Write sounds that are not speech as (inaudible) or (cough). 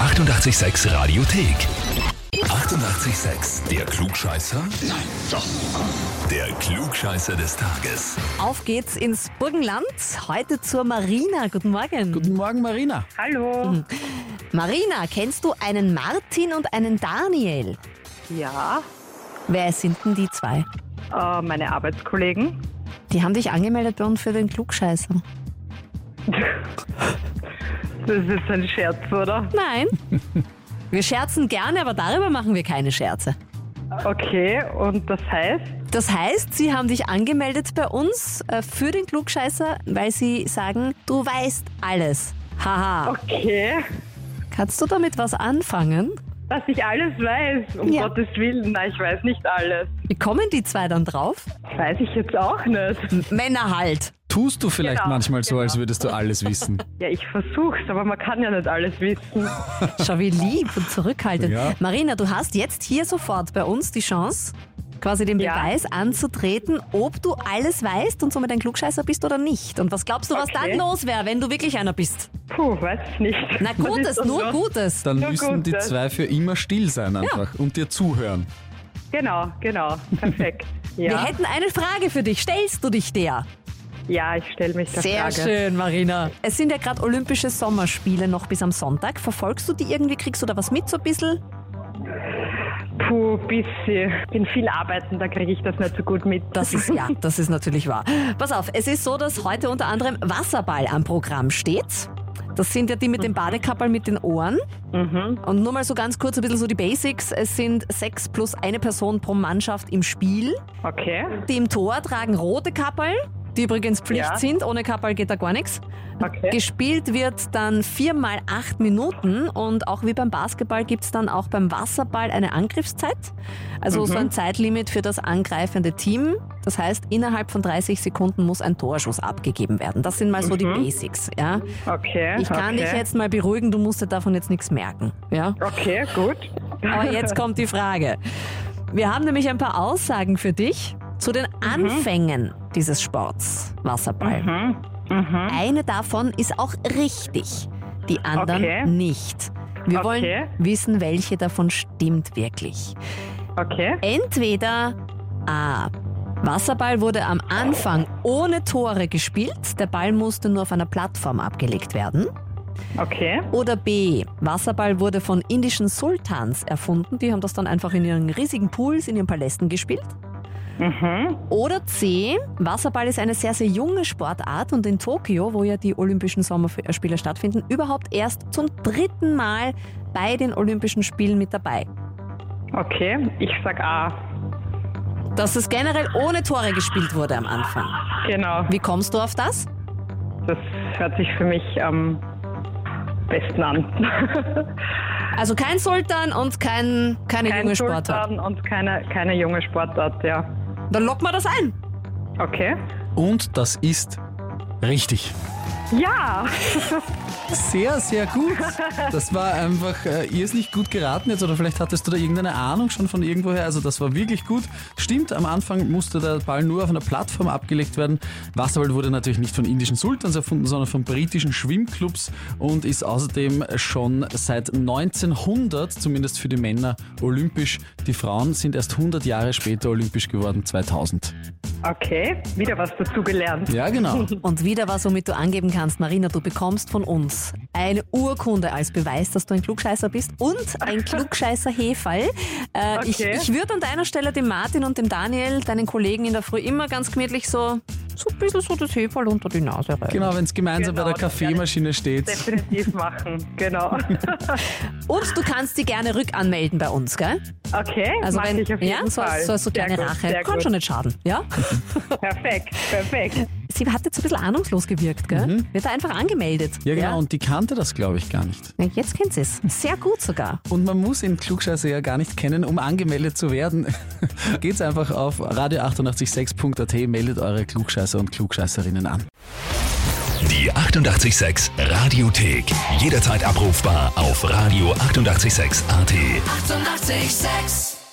886 Radiothek. 88,6. Der Klugscheißer? Nein, doch. Der Klugscheißer des Tages. Auf geht's ins Burgenland, heute zur Marina. Guten Morgen. Guten Morgen, Marina. Hallo. Marina, kennst du einen Martin und einen Daniel? (laughs) Ja, Wer sind denn die zwei? äh, meine Arbeitskollegen. Die haben dich angemeldet bei uns für den Klugscheißer. Das ist jetzt ein Scherz, oder? Nein. Wir scherzen gerne, aber darüber machen wir keine Scherze. Okay, und das heißt, Das heißt, sie haben dich angemeldet bei uns äh, für den Klugscheißer, weil sie sagen, du weißt alles. Haha. okay, Kannst du damit was anfangen? dass ich alles weiß, um Ja. Gottes Willen. Nein, ich weiß nicht alles. Wie kommen die zwei dann drauf? Weiß ich jetzt auch nicht. Männer halt. Tust du vielleicht Genau, Hm, manchmal so, genau. als würdest du (laughs) alles wissen? Ja, ich versuch's, aber man kann ja nicht alles wissen. Schau, wie lieb und zurückhaltend. Ja. Marina, du hast jetzt hier sofort bei uns die Chance, quasi den Ja. Beweis anzutreten, ob du alles weißt und somit ein Klugscheißer bist oder nicht. Und was glaubst du, was Okay. dann los wäre, wenn du wirklich einer bist? Puh, weiß ich nicht. Na, Was ist Gutes, das nur noch? Gutes. Dann Ja, müssen gut, die das- zwei Äh, für immer still sein einfach und dir zuhören. Genau, genau. (laughs) Perfekt. Wir Ja, hätten eine Frage für dich. Stellst du dich der? ja ich stelle mich der Sehr Frage. schön, Marina. Es sind ja gerade Olympische Sommerspiele noch bis am Sonntag. Verfolgst du die irgendwie? Kriegst du da was mit so ein bisschen? Puh, bisschen. Bin viel arbeiten, da kriege ich das nicht so gut mit. Das ist ja, das ist natürlich wahr. Pass auf, es ist so, dass heute unter anderem Wasserball am Programm steht. Das sind ja die mit dem Badekappel mit den Ohren. Und nur mal so ganz kurz ein bisschen so die Basics. Es sind sechs plus eine Person pro Mannschaft im Spiel. Okay, Die im Tor tragen rote Kappel, die übrigens Pflicht Ja. sind. Ohne Kappel geht da gar nichts. okay. Gespielt wird dann viermal acht Minuten und auch wie beim Basketball gibt's dann auch beim Wasserball eine Angriffszeit. Also so ein Zeitlimit für das angreifende Team. Das heißt, innerhalb von 30 Sekunden muss ein Torschuss abgegeben werden. Das sind mal so die Basics. Ja? Okay. Ich kann okay. dich jetzt mal beruhigen, du musst dir davon jetzt nichts merken. Ja? Okay, gut. Aber jetzt kommt die Frage. Wir haben nämlich ein paar Aussagen für dich zu den Anfängen dieses Sports Wasserball. Mhm. Eine davon ist auch richtig, die anderen Okay. nicht. Wir Okay. wollen wissen, welche davon stimmt wirklich. Okay. Entweder A. Wasserball wurde am Anfang ohne Tore gespielt, der Ball musste nur auf einer Plattform abgelegt werden. Okay. Oder B. Wasserball wurde von indischen Sultans erfunden. Die haben das dann einfach in ihren riesigen Pools, in ihren Palästen gespielt. Mhm. Oder C. Wasserball ist eine sehr, sehr junge Sportart und in Tokio, wo ja die Olympischen Sommerspiele stattfinden, überhaupt erst zum dritten Mal bei den Olympischen Spielen mit dabei. Okay. Ich sag A. Dass es generell ohne Tore gespielt wurde am Anfang. Genau. Wie kommst du auf das? Das hört sich für mich am besten an. Also kein Sultan und kein, keine Kein junge Sportart. Sultan und keine, keine junge Sportart, ja. Dann locken wir das ein. Okay. Und das ist richtig. Ja. Sehr, sehr gut. Das war einfach äh, irrsinnig gut geraten jetzt oder vielleicht hattest du da irgendeine Ahnung schon von irgendwoher. Also das war wirklich gut. Stimmt, am Anfang musste der Ball nur auf einer Plattform abgelegt werden. Wasserball wurde natürlich nicht von indischen Sultans erfunden, sondern von britischen Schwimmclubs und ist außerdem schon seit 1900, zumindest für die Männer, olympisch. Die Frauen sind erst 100 Jahre später olympisch geworden, 2000. Okay. Wieder was dazugelernt. (laughs) Ja, genau. Und wieder was, womit du angeben kannst, Marina, du bekommst von uns eine Urkunde als Beweis, dass du ein Klugscheißer bist und ein klugscheißer Hefall. Äh, Ich, Okay. ich würde an deiner Stelle dem Martin und dem Daniel, deinen Kollegen in der Früh, immer ganz gemütlich so, so ein bisschen so das Hefall unter die Nase rein. Genau, wenn es gemeinsam Genau, bei der das werde ich Kaffeemaschine steht. Definitiv machen. (laughs) Genau. Und du kannst die gerne rückanmelden bei uns, gell? Okay. Also mach wenn, ich auf jeden ja, so, Fall. so, so Sehr kleine gut, Rache. Sehr Kann gut. schon nicht schaden, ja? (laughs) Perfekt. Perfekt. Sie hat jetzt ein bisschen ahnungslos gewirkt, gell? Mhm. Wird da einfach angemeldet. Ja, genau, und die kannte das, glaube ich, gar nicht. Na, Jetzt kennt sie es. Sehr gut sogar. Und man muss ihn Klugscheißer ja gar nicht kennen, um angemeldet zu werden. (laughs) Geht's einfach auf radio886.at, meldet eure Klugscheißer und Klugscheißerinnen an. Die 88,6 Radiothek. Jederzeit abrufbar auf radio886.at. 88,6. Eighty-eight, sex.